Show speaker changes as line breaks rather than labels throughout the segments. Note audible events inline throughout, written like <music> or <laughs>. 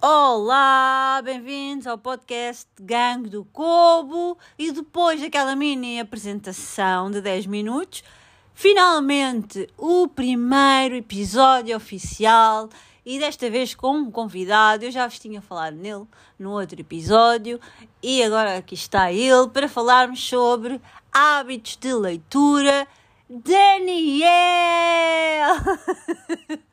Olá, bem-vindos ao podcast Gangue do Cobo. E depois daquela mini apresentação de 10 minutos, finalmente o primeiro episódio oficial. E desta vez com um convidado, eu já vos tinha falado nele no outro episódio, e agora aqui está ele para falarmos sobre hábitos de leitura. Daniel!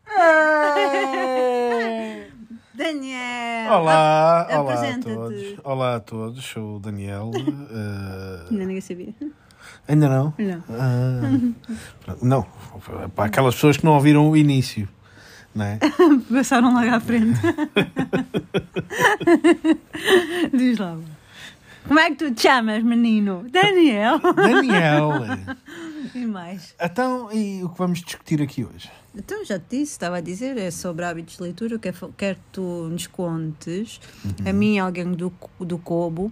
<laughs> <laughs> Daniel!
Olá,
Ah,
olá a
apresenta-te.
todos. Olá a todos, sou o Daniel. eh,
Ainda ninguém sabia.
ainda
<laughs>
não?
Não.
Ah, pronto, não, para aquelas pessoas que não ouviram o início,
<laughs>
não é?
Passaram logo à <laughs> frente. Diz lá. Como é que tu te chamas, menino? Daniel!
Daniel, eh,
E mais?
então, e o que vamos discutir aqui hoje?
Então, já te disse, estava a dizer, é sobre hábitos de leitura. Eu quero, quero que tu nos contes, a mim e ao Gangue do, do Cobo.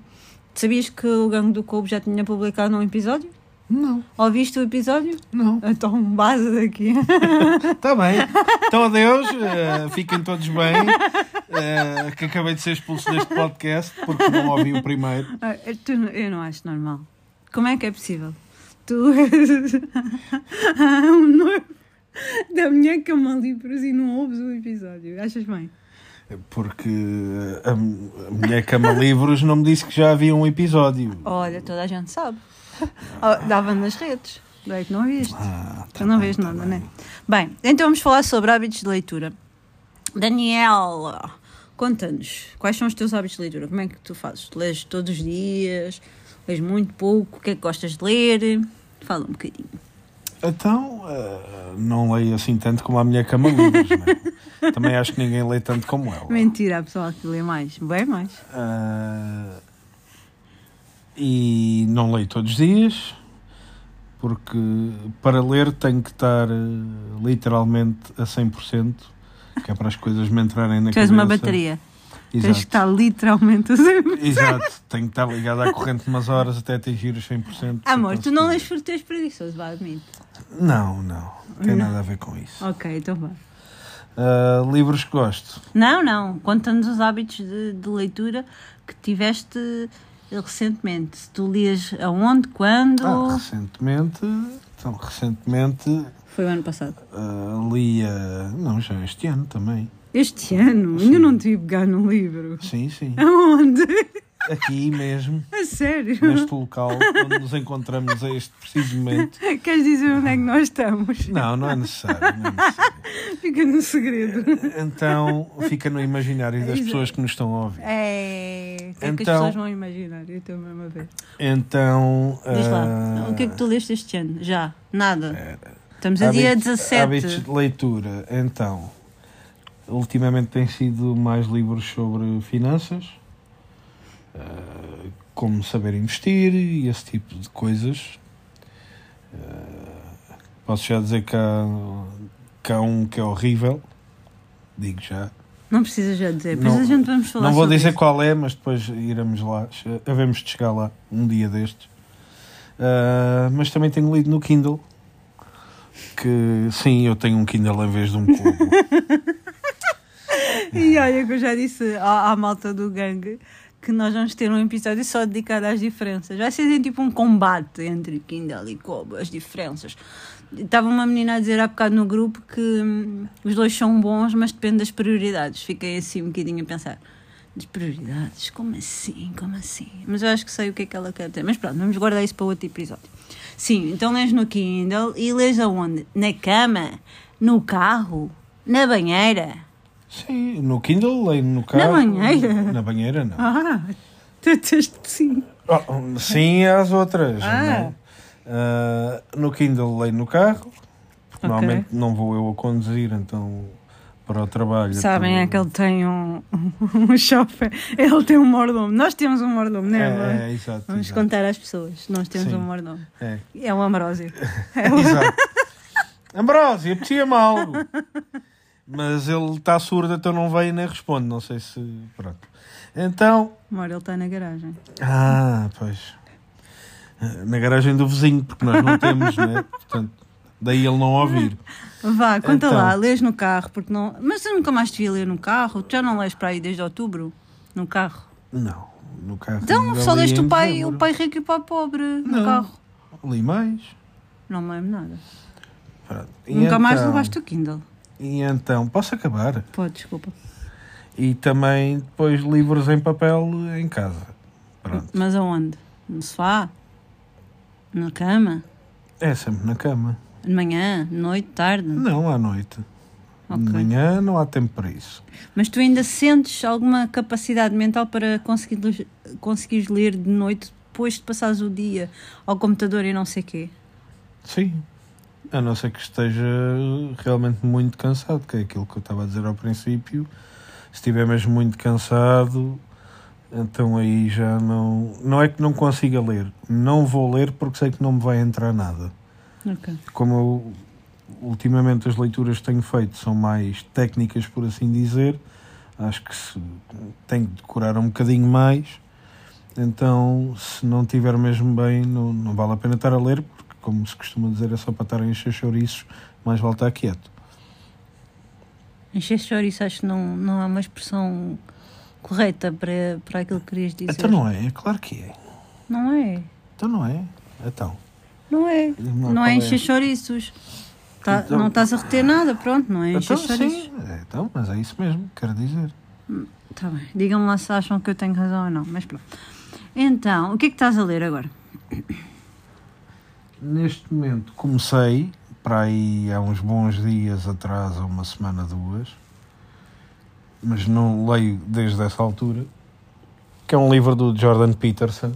Sabias que o Gangue do Cobo já tinha publicado um episódio?
Não,
Ouviste o episódio?
não,
Então, base daqui.
está bem. Então, adeus, eh, fiquem todos bem. eh, que acabei de ser expulso deste podcast porque não ouvi o primeiro.
Ah, eu- tu- eu não acho normal. Como é que é possível? Tu <laughs> és um noivo da minha cama livros e não ouves o episódio. Achas bem?
Porque eh, a, a mulher Cama Livros não me disse que já havia um episódio.
Olha, toda a gente sabe. <laughs> Oh, Dava nas redes. Daí que não viste.
Ah, tá
tu não
bem,
vês
tá
nada,
bem.
né? Bem, então vamos falar sobre hábitos de leitura. Daniel, conta-nos quais são os teus hábitos de leitura? Como é que tu fazes? Tu lês todos os dias? Lês muito pouco? O que é que gostas de ler? Fala um bocadinho.
Então, eh, não leio assim tanto como a mulher Cama
<laughs>
Livros, né? Também acho que ninguém lê tanto como ela.
Mentira, há pessoal que lê mais, bem mais.
Ah, e não leio todos os dias, porque para ler tenho que estar eh, literalmente a 100%, que é para as coisas me entrarem na
Tu és
cabeça.
uma bateria.
Exato.
Tens que estar literalmente a sempre.
Exato, tenho que estar ligado à corrente umas horas até atingir os 100%.
Amor, tu não
Porque-
lês porque tu és preguiçoso, vá, admito.
Não, não, tem nada a ver com isso.
Ok, então vá.
Ah, livros que gosto.
Não, não, conta-nos os hábitos de, de leitura que tiveste recentemente. Se tu lias aonde, quando.
Ah, recentemente, então, recentemente
Foi o ano passado.
ah, li a. Não, já este ano também.
Este ano? Ainda não te ia pegar num livro.
Sim, sim.
Aonde? <laughs>
Aqui mesmo,
A sério?
neste local onde nos encontramos a este preciso momento.
Queres dizer onde é que nós estamos?
Não, não é necessário. Não é necessário.
Fica no
<laughs>
segredo.
Então fica no imaginário das
Exato.
pessoas que nos estão a ouvir.
É, é que as
Então-
pessoas vão imaginar, eu também uma vez.
Então.
Diz
ah, É.
lá, o que é que tu leste este ano? Já, nada. Estamos a
hábitos-
dia
Hábitos
17.
de leitura. Então, ultimamente tem sido mais livros sobre finanças, ah, como saber investir e esse tipo de coisas. Ah, posso já dizer que há, que há um que é horrível. Digo já.
Não precisa já dizer, depois
Não-
a gente vamos falar
Não vou
sobre
dizer
isso.
qual é, mas depois iremos lá. che- Havemos de chegar lá um dia destes. Ah, mas também tenho lido no Kindle. Que sim, eu tenho um Kindle em vez de um cubo.
<laughs> E olha que eu já disse à, à malta do gangue que nós vamos ter um episódio só dedicado às diferenças. Vai ser tipo um combate entre Kindle e Kobo, as diferenças. Estava uma menina a dizer há bocado no grupo que hum, os dois são bons, mas depende das prioridades. Fiquei assim um bocadinho a pensar. Das prioridades? Como assim? Como assim? Mas eu acho que sei o que é que ela quer ter. Mas pronto, vamos guardar isso para outro episódio. Sim, então lês no Kindle e lês aonde? Na cama? No carro? Na banheira?
sim, no Kindle, leio no carro.
banheira?
Na banheira, não.
Ah, <laughs> tentaste sim.
Oh, sim, às outras.
Ah.
não é? Ah, no Kindle, leio no carro. Porque
Ok.
normalmente não vou eu a conduzir, então para o trabalho.
Sabem,
então-
é que ele tem um, um chofer, ele tem um mordomo. Nós temos um mordomo, não é? amor?
É, é, exato.
Vamos
exato.
contar às pessoas, nós temos
Sim.
um mordomo.
É.
É um Ambrósio.
Exato. Ambrósio, apetecia-me algo. Mas ele está surdo, então não veio nem responde. Não sei se. Pronto. Então.
Amor, ele está na garagem.
Ah, pois. Na garagem do vizinho, porque nós não temos, né? Portanto, Daí ele não ouvir.
Vá, conta
Então.
lá, lês no carro, porque não. Mas eu nunca mais te vi ler no carro, tu já não lês para aí desde outubro? No carro.
Não, no carro.
Então,
ainda
só
li
leste
em
o pai,
dezembro.
o pai rico e o pai pobre no
Não.
carro.
Li mais.
Não me lembro nada.
Pronto. E
nunca mais
então-
levaste o Kindle.
E então, posso acabar?
Pô, desculpa.
E também depois livros em papel em casa. Pronto.
Mas aonde? No sofá? Na cama?
É sempre na cama.
De manhã? De noite? de Tarde?
Não à noite.
Ok.
De manhã não há tempo para isso.
Mas tu ainda sentes alguma capacidade mental para conseguir, conseguires ler de noite depois de passares o dia ao computador e não sei quê?
Sim. A não ser que esteja realmente muito cansado, que é aquilo que eu estava a dizer ao princípio. Se estiver mesmo muito cansado, então aí já não. Não é que não consiga ler. Não vou ler porque sei que não me vai entrar nada.
Ok.
como eu, ultimamente as leituras que tenho feito são mais técnicas, por assim dizer, acho que se, tenho que decorar um bocadinho mais. Então, se não tiver mesmo bem, não, não vale a pena estar a ler, porque, como se costuma dizer, é só para estar a encher chouriços, mais vale estar quieto.
Encher chouriço acho que não, não há uma expressão correta para, para aquilo que querias dizer.
Então não é, é claro que é.
Não é.
Então não é. Então.
Não é.
Não,
Não,
qual
é
é?
encher chouriços. Tá-
Então-
não estás a reter nada, pronto, não é encher
Então,
chouriços.
sim, é, então, mas é isso mesmo, quero dizer.
Tá bem. Digam-me lá se acham que eu tenho razão ou não, mas pronto. Então, o que é que estás a ler agora?
Neste momento comecei, para aí há uns bons dias atrás, há uma semana, duas, mas não leio desde essa altura, que é um livro do Jordan Peterson,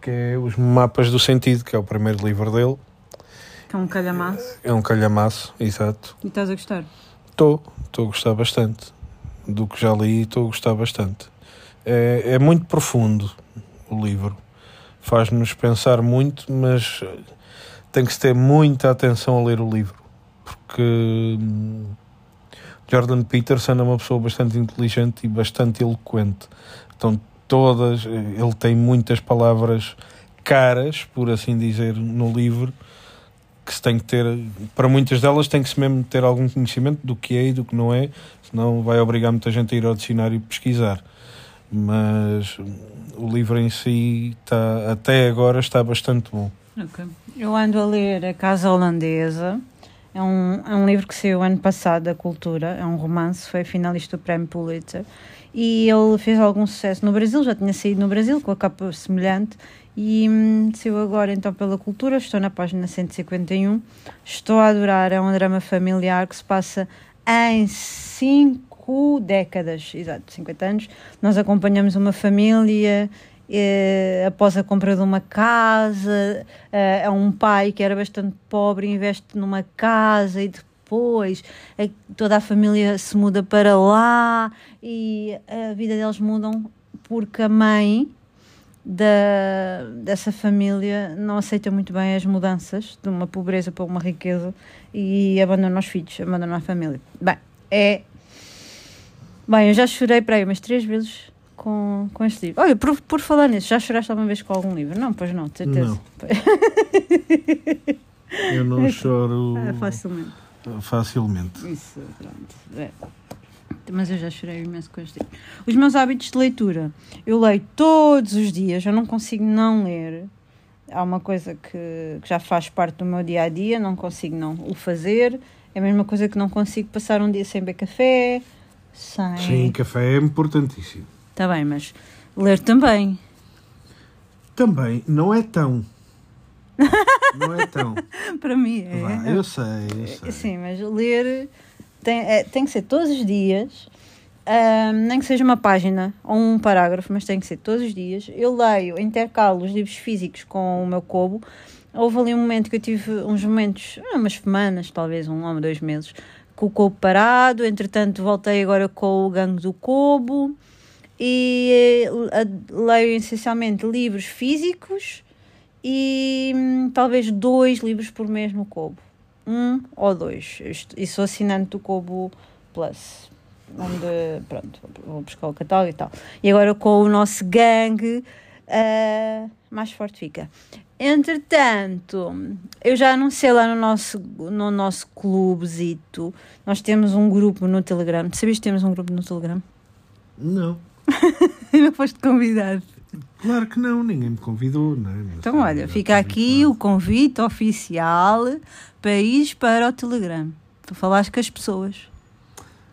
que é Os Mapas do Sentido, que é o primeiro livro dele.
Que é um calhamaço.
É um calhamaço, exato.
E estás a gostar?
Estou, estou a gostar bastante. Do que já li, estou a gostar bastante. É, é muito profundo o livro. Faz-nos pensar muito, mas eh, tem que se ter muita atenção a ler o livro. Porque hum, Jordan Peterson é uma pessoa bastante inteligente e bastante eloquente. Então, todas. eh, Ele tem muitas palavras caras, por assim dizer, no livro. Que se tem que ter, para muitas delas, tem que se mesmo ter algum conhecimento do que é e do que não é, senão vai obrigar muita gente a ir ao dicionário e pesquisar. Mas hum, o livro em si, está, até agora, está bastante bom.
Eu ando a ler A Casa Holandesa. É um, é um livro que saiu ano passado da Cultura, é um romance, foi finalista do Prémio Pulitzer. E ele fez algum sucesso no Brasil, já tinha saído no Brasil, com a capa semelhante. E hum, saiu agora então pela Cultura, estou na página 151. Estou a adorar, é um drama familiar que se passa em cinco décadas, exato, 50 anos. Nós acompanhamos uma família eh, após a compra de uma casa, eh, é um pai que era bastante pobre, investe numa casa e depois eh, toda a família se muda para lá e a vida deles mudam porque a mãe da, dessa família não aceita muito bem as mudanças de uma pobreza para uma riqueza e abandona os filhos, abandona a família. Bem, é. Bem, eu já chorei para aí umas três vezes com, com este livro. Olha, por, por falar nisso, já choraste alguma vez com algum livro? Não, pois não, de certeza. <laughs>
Não. Eu não choro
Ah, facilmente.
facilmente.
Isso, pronto. É. Mas eu já chorei imenso com este livro. Os meus hábitos de leitura. Eu leio todos os dias, eu não consigo não ler. Há uma coisa que, que já faz parte do meu dia a dia, não consigo não o fazer. É a mesma coisa que não consigo passar um dia sem beber café, sem.
Sim, café é importantíssimo.
Está bem, mas ler também. <laughs>
Também, não é tão. Não é tão.
Para mim <laughs> é.
Vá, eu sei, eu sei.
Sim, mas ler tem, é, tem que ser todos os dias, ahm, nem que seja uma página ou um parágrafo, mas tem que ser todos os dias. Eu leio, intercalo os livros físicos com o meu cobo. Houve ali um momento que eu tive uns momentos, ah, umas semanas, talvez um ou dois meses, com o cobo parado. Entretanto, voltei agora com o gangue do cobo e eh, a- leio essencialmente livros físicos e hum, talvez dois livros por mês no Kobo. Um ou dois. Eu est- E sou assinante do Kobo Plus. Onde, pronto, vou buscar o catálogo e tal. E agora com o nosso gangue ah, mais forte fica. Entretanto, eu já anunciei lá no nosso, no nosso clubezito. Nós temos um grupo no Telegram. Sabias que temos um grupo no Telegram? <laughs>
Não.
Não foste convidado.
Claro que não, ninguém me convidou, não é? Não
Então,
sei,
olha,
já
fica
estou
aqui o convite oficial país para o Telegram. Tu falares com as pessoas.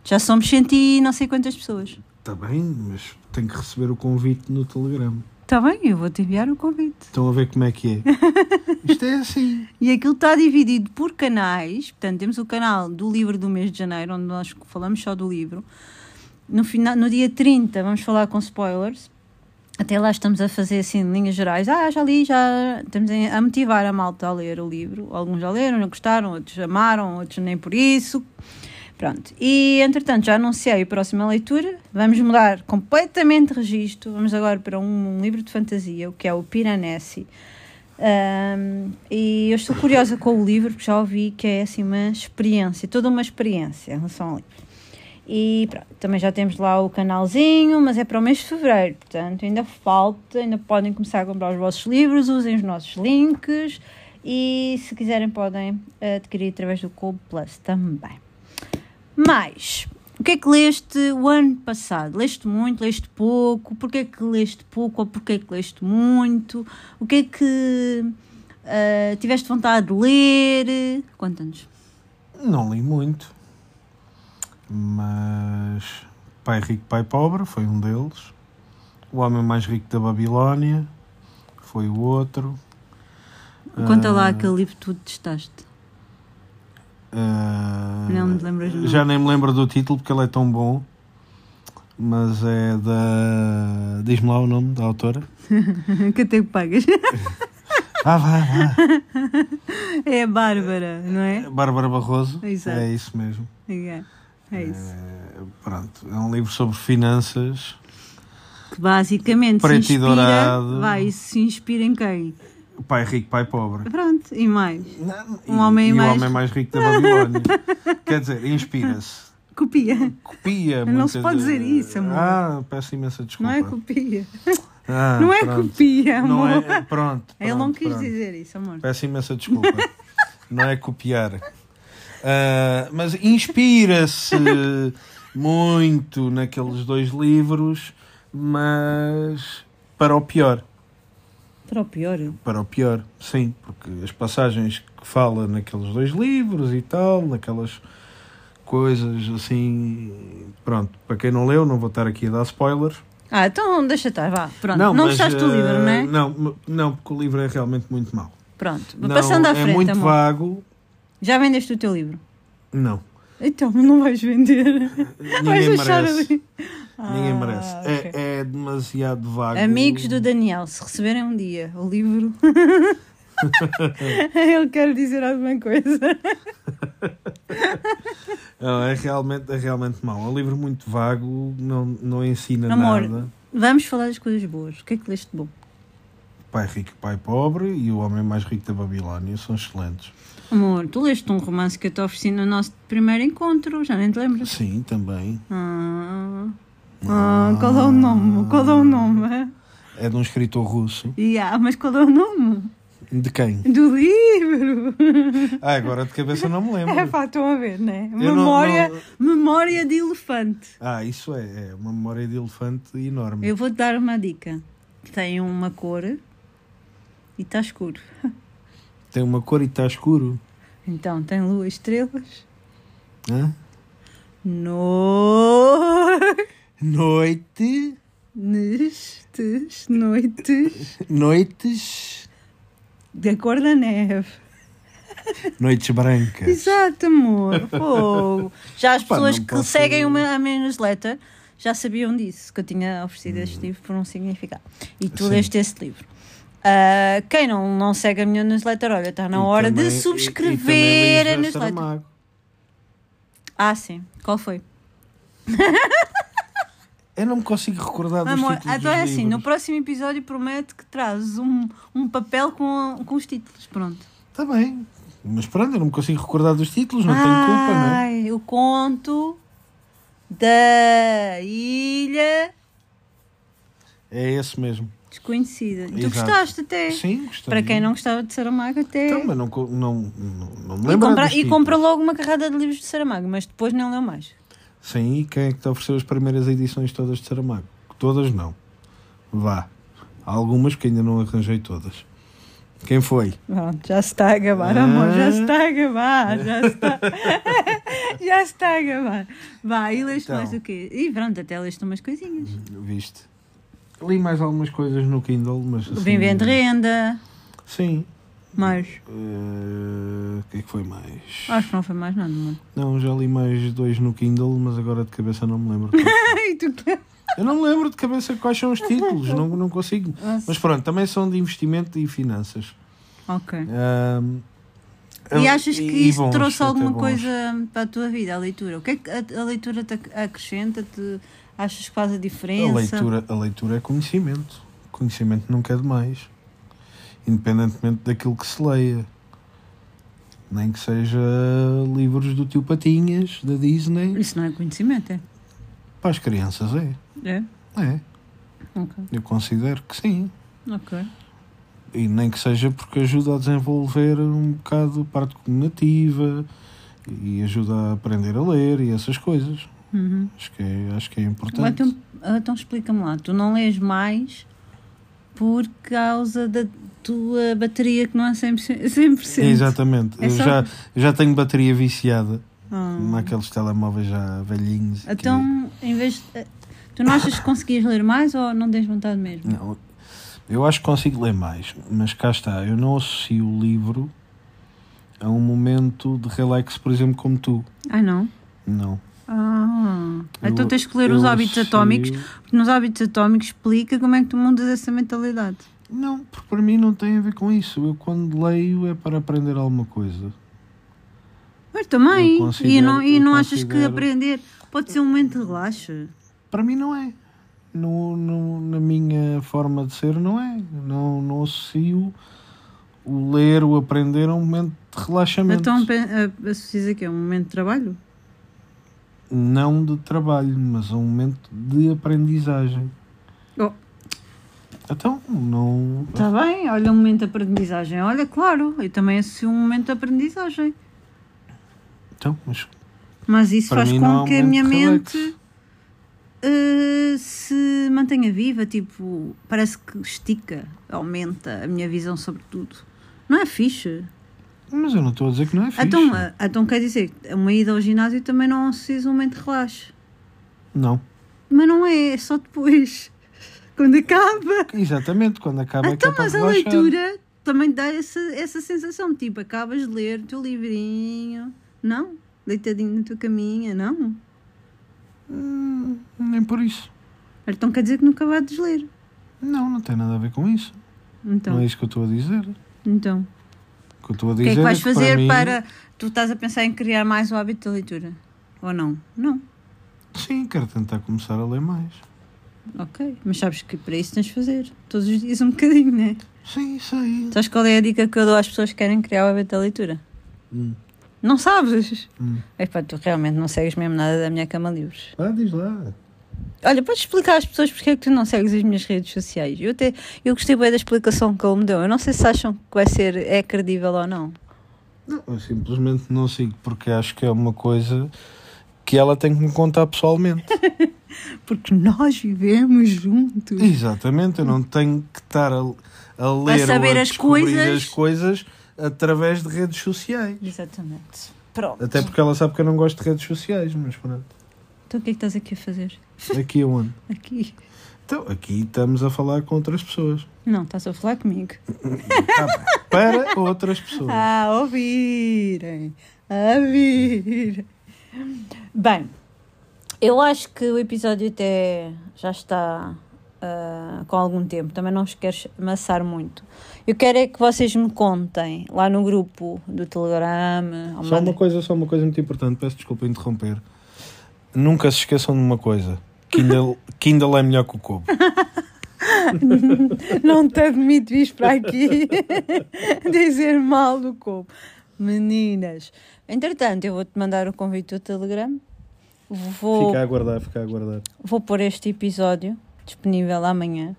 Já somos cento e não sei quantas pessoas.
Está Tá bem, mas tenho que receber o convite no Telegram.
Está Tá bem, eu vou-te enviar o convite.
Estão a ver como é que é?
<laughs>
Isto é assim.
E aquilo está dividido por canais. Portanto, temos o canal do livro do mês de janeiro, onde nós falamos só do livro. No, final, no dia 30 vamos falar com spoilers. Até lá estamos a fazer assim linhas gerais. Ah, já li, já estamos em- a motivar a malta a ler o livro. Alguns já leram, já gostaram, outros amaram, outros nem por isso. Pronto. E entretanto já anunciei a próxima leitura. Vamos mudar completamente de registro. Vamos agora para um, um livro de fantasia, o que é o Piranesi. Ahm, e eu estou curiosa com o livro, porque já ouvi que é assim uma experiência, toda uma experiência em relação ao livro. E pronto, também já temos lá o canalzinho, mas é para o mês de fevereiro, portanto ainda falta, ainda podem começar a comprar os vossos livros, usem os nossos links e se quiserem podem eh, adquirir através do Cold Plus também. Mas, o que é que leste o ano passado? Leste muito, leste pouco? Porquê que leste pouco ou porquê que leste muito? O que é que ah, tiveste vontade de ler? Conta-nos.
Não li muito. Mas Pai Rico, Pai Pobre foi um deles. O Homem Mais Rico da Babilónia foi o outro.
Conta
Ah,
lá aquele livro que tu testaste. <laughs>
ah,
Não me lembras do
Já nem me lembro do título porque ele é tão bom. Mas é da. Diz-me lá o nome da
<laughs>
autora.
que até pagas. <laughs>
Ah, vá, vá.
É a Bárbara, não é?
Bárbara Barroso.
Exato.
É isso mesmo.
É, é isso.
É, pronto, é um livro sobre finanças.
Que basicamente
Preto e
se inspira.
dourado.
Vai, se inspira em quem?
Pai rico, pai pobre.
Pronto, e mais.
E-
Um homem
e
mais-
o homem mais rico
<laughs>
da Babilónia. Quer dizer, inspira-se.
Copia.
Copia
Não
muitas
se pode dizer isso, amor.
Ah, peço imensa desculpa.
Não é copia.
Ah,
não é
pronto.
copia,
Não
amor.
é, pronto,
Ele não
pronto,
quis
pronto.
dizer isso, amor.
Peço imensa desculpa. não é copiar. Ah, mas inspira-se muito naqueles dois livros, mas para o pior.
Para o pior.
Para o pior, sim, porque as passagens que fala naqueles dois livros e tal, naquelas coisas assim. Pronto, para quem não leu, não vou estar aqui a dar spoilers.
Ah, então deixa estar, vá. Pronto. Não,
mas,
fechaste o
eh,
livro, não é?
Não, m- não, porque o livro é realmente muito mau.
Pronto.
Não,
Passando à frente,
É muito
amor.
vago.
Já vendeste o teu livro?
Não,
Então, não vais vender. <laughs> vais
ninguém
deixar
merece.
ali.
Ninguém
Ah,
merece.
ok.
É, é demasiado vago.
Amigos do Daniel, se receberem um dia o
<laughs>
livro, <laughs> ele quer dizer alguma coisa.
Não, é realmente, é realmente mau. É um livro muito vago, não, não ensina
Amor.
nada.
Vamos falar das coisas boas. O que é que leste de bom?
Pai rico, pai pobre e o homem mais rico da Babilónia são excelentes.
Amor, tu leste um romance que eu te ofereci no nosso primeiro encontro, já nem te lembras?
Sim, também.
Ah, ah, qual é o nome? Qual é o nome?
É de um escritor russo.
Yeah, mas qual é o nome?
De quem?
Do
<laughs>
livro!
Ah, agora de cabeça não
<laughs>
me
É
lembro.
pá, estão a ver, né?
não-
Memória, memória de elefante.
Ah, isso é, é uma memória de elefante enorme.
Eu vou-te dar uma dica. Tem uma cor e está escuro.
Tem uma cor e está escuro.
Então, tem lua e estrelas.
Hã?
No...
Noite,
Nestes noites
noites,
da cor da neve.
noites brancas.
Exato, amor. Fogo. Já
<laughs>
as
Opa,
pessoas
É. não
que
posso-
seguem uma, a minha newsletter já sabiam disso, que eu tinha oferecido este livro por um significado. E tu
Hum. Sim.
leste esse livro. Ah, quem não, não segue a minha newsletter, olha, está é na
E
hora
também-
de
e- e
subscrever
também
a
Lisboa
newsletter.
Saramago.
Ah, sim. Qual foi?
Eu não me consigo recordar dos
Amor,
títulos
então é
dos
assim, no
livros.
próximo episódio prometo que trazes um, um papel com, com os títulos, pronto.
Está Tá bem. Mas pronto, eu não me consigo recordar dos títulos, não
Ah.
tenho culpa, não é?
Ai, o conto da ilha
É esse mesmo.
desconhecida. Tu
Exato.
gostaste até.
Sim, gostei.
Para quem não gostava de Saramago, até.
Então, mas não, co- não, não, não me
e,
lembro. tipo.
compra,
dos
e
títulos.
compra logo uma carrada de livros de Saramago, mas depois não leu mais.
Sim, e quem é que te ofereceu as primeiras edições todas de Saramago? Todas não. Vá. Há algumas que ainda não arranjei todas. Quem foi?
Pronto, já se está a acabar,
Ah.
amor, já se está a acabar, já se está, <laughs> já se está a acabar. Vá, e leste
Então.
mais o quê? E pronto, até leste umas coisinhas.
Viste? Li mais algumas coisas no Kindle, mas
O
assim-
Bem Bem de Renda,
Sim.
mais.
Eh, O que é que foi mais?
Acho que não foi mais nada, mano.
Não, já li mais dois no Kindle, mas agora de cabeça não me lembro.
<laughs>
<laughs>
Ai, tu que-
Eu não me lembro de cabeça quais são os títulos, não, não consigo. Mas pronto, também são de investimento e finanças.
Ok.
Ahm,
E achas que
e
isso
bons,
trouxe
até
alguma
bons.
coisa para a tua vida, a leitura? O que é que a, a leitura te ac- acrescenta? -te? Achas que faz a diferença?
A leitura, a leitura é conhecimento. Conhecimento nunca é demais. Independentemente daquilo que se leia. Nem que seja livros do tio Patinhas, da Disney.
Isso não é conhecimento, é?
Para as crianças é.
É?
É.
Ok.
Eu considero que sim.
Ok.
E nem que seja porque ajuda a desenvolver um bocado a parte cognitiva e ajuda a aprender a ler e essas coisas.
Uhum.
Acho que é, acho que é
Mas
importante.
então, então explica-me lá, tu não lês mais por causa da tua bateria que não é 100%? <laughs> 100%.
Exatamente.
É
Eu
só-
já, já tenho bateria viciada
Ah.
naqueles telemóveis já velhinhos. que-
Então, em vez de- Tu não achas que conseguias ler mais ou não tens vontade mesmo?
Não, eu acho que consigo ler mais, mas cá está. Eu não associo o livro a um momento de relax, por exemplo, como tu.
Ai Ah, não?
Não.
Ah,
Eu-
então tens que ler
eu
os hábitos
associo-
atómicos, porque nos hábitos atómicos explica como é que tu mudas essa mentalidade.
Não, porque para mim não tem a ver com isso. Eu quando leio é para aprender alguma coisa.
Mas também,
Eu
e
considero-
não, e
eu
não achas que
considero-
aprender pode ser um momento de relaxo?
Para mim não é. No, no- na minha forma de ser não é. Não, não associo o ler, o aprender a um momento de relaxamento.
Então pe- a- associas aqui a um momento de trabalho?
não de trabalho, mas a um momento de aprendizagem.
Oh.
Então, não.
Está bem, olha um momento de aprendizagem. Olha, claro, eu também associo um momento de aprendizagem.
Então, mas
Mas isso
Para
faz
mim
com
não há
que a minha
momento
mente
de relax.
eh, se mantenha viva, tipo, parece que estica, aumenta a minha visão sobre tudo. Não é fixe.
Mas eu não estou a dizer que não é fixe.
Então, eh, então quer dizer, que uma ida ao ginásio também não associas um momento de relaxe.
Não.
Mas não é, é só depois, <laughs> quando acaba.
Exatamente, quando acaba é que
Então,
é para
mas a
relaxar.
leitura também dá essa, essa sensação, tipo, acabas de ler o teu livrinho, não? Deitadinho na tua caminha, não?
Hum, nem por isso.
Então quer dizer que nunca vais ler.
Não, não tem nada a ver com isso.
Então,
Não é isso que eu estou a dizer. O
então.
que eu estou a
O
dizer
que é que vais
para
fazer
mim-
para. Tu estás a pensar em criar mais o hábito da leitura? Ou não? Não.
Sim, quero tentar começar a ler mais.
Ok. Mas sabes que para isso tens de fazer. Todos os dias um bocadinho, né?
Sim, isso aí.
Sabes qual é a dica que eu dou às pessoas que querem criar o hábito da leitura?
Hum,
Não sabes?
hum.
Epá, tu realmente não segues mesmo nada da minha cama livros.
Ah, diz lá.
Olha, podes explicar às pessoas porque é que tu não segues as minhas redes sociais? Eu até eu gostei bem da explicação que ele me deu. Eu não sei se acham que vai ser é credível ou não.
Não, eu simplesmente não sigo, porque acho que é uma coisa que ela tem que me contar pessoalmente.
Porque nós vivemos juntos.
Exatamente, eu não tenho que estar a, a ler
saber
ou a
as
descobrir
coisas.
as coisas através de redes sociais.
Exatamente. Pronto.
Até porque ela sabe que eu não gosto de redes sociais, mas <laughs> pronto.
Então o que é que estás aqui a fazer?
Aqui é onde?
Aqui.
Então, aqui estamos a falar com outras pessoas.
Não, estás a falar comigo.
Tá bem. Para outras pessoas.
A ouvirem. A ouvirem. Bem, eu acho que o episódio até já está ah, com algum tempo. Também não os quero amassar muito. Eu quero é que vocês me contem lá no grupo do Telegram. ou
Só
mandem- <laughs>
uma coisa, só uma coisa muito importante, peço desculpa interromper. Nunca se esqueçam de uma coisa.
<laughs>
Kindle, Kindle é melhor que o cubo.
Não te admito isto para aqui <laughs> dizer mal do como. Meninas, entretanto, eu vou-te mandar o convite do Telegram. Vou
Fica a aguardar, fica a aguardar.
Vou pôr este episódio disponível amanhã.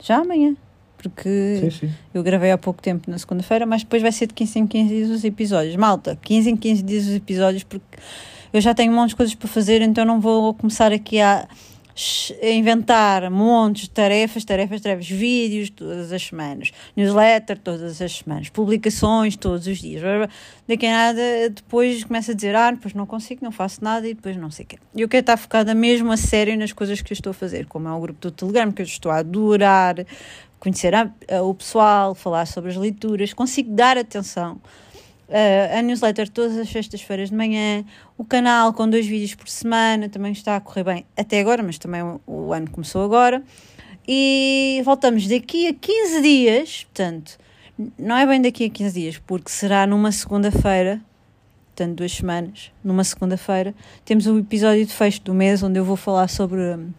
Já amanhã. Porque
Sim, sim.
eu gravei há pouco tempo na segunda-feira, mas depois vai ser de 15 em 15 dias os episódios. Malta, 15 em 15 dias os episódios, porque eu já tenho um monte de coisas para fazer, então não vou começar aqui a sh- a inventar montes de tarefas, tarefas, tarefas, vídeos todas as semanas, newsletter todas as semanas, publicações todos os dias. blá, blá. Daqui a nada, depois começa a dizer, ah, depois não consigo, não faço nada e depois não sei o quê. E eu quero estar focada mesmo a sério nas coisas que eu estou a fazer, como é o grupo do Telegram, que eu estou a adorar, conhecer a- a- o pessoal, falar sobre as leituras, consigo dar atenção. Uh, a newsletter todas as sextas-feiras de manhã, o canal com dois vídeos por semana, também está a correr bem até agora, mas também o, o ano começou agora. E voltamos daqui a 15 dias, portanto, n- não é bem daqui a 15 dias, porque será numa segunda-feira, portanto, duas semanas, numa segunda-feira, temos o episódio de fecho do mês, onde eu vou falar sobre hum,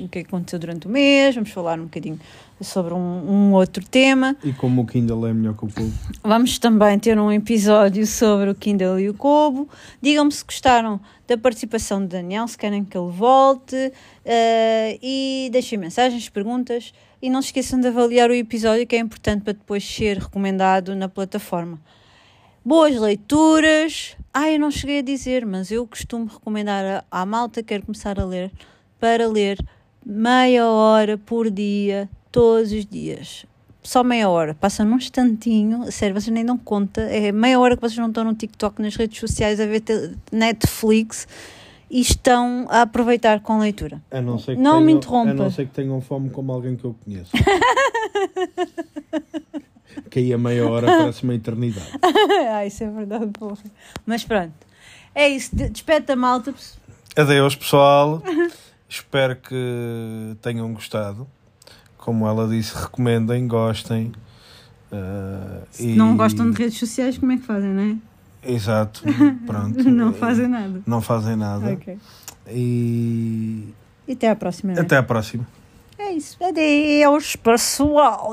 o que é que aconteceu durante o mês, vamos falar um bocadinho sobre um- um outro tema.
E como o Kindle é melhor que o povo.
Vamos também ter um episódio sobre o Kindle e o Kobo. Digam-me se gostaram da participação de Daniel, se querem que ele volte. eh, e deixem mensagens, perguntas. E não se esqueçam de avaliar o episódio, que é importante para depois ser recomendado na plataforma. Boas leituras! Ah, eu não cheguei a dizer, mas eu costumo recomendar a- à malta que quer começar a ler para ler meia hora por dia, todos os dias. Só meia hora, passa num instantinho, sério, vocês nem dão conta. É meia hora que vocês não estão no TikTok, nas redes sociais, a ver te- Netflix e estão a aproveitar com leitura. <laughs>
A não ser que
Não
tenham,
me interrompa.
A não ser que tenham fome como alguém que eu
<laughs>
conheço. que aí a meia hora parece uma eternidade.
ah, isso é verdade, porra. Mas pronto, é isso. de- Despede a malta. pessoal.
Adeus, pessoal. Espero que tenham gostado. Como ela disse, recomendem, gostem. Ah,
Se
e-
não gostam de redes sociais, como é que fazem, não é? <laughs>
Exato, pronto.
Não fazem nada.
Não fazem Então, é. nada.
Ok.
E
E até à próxima. não é?
até à próxima.
É isso. Adeus, pessoal.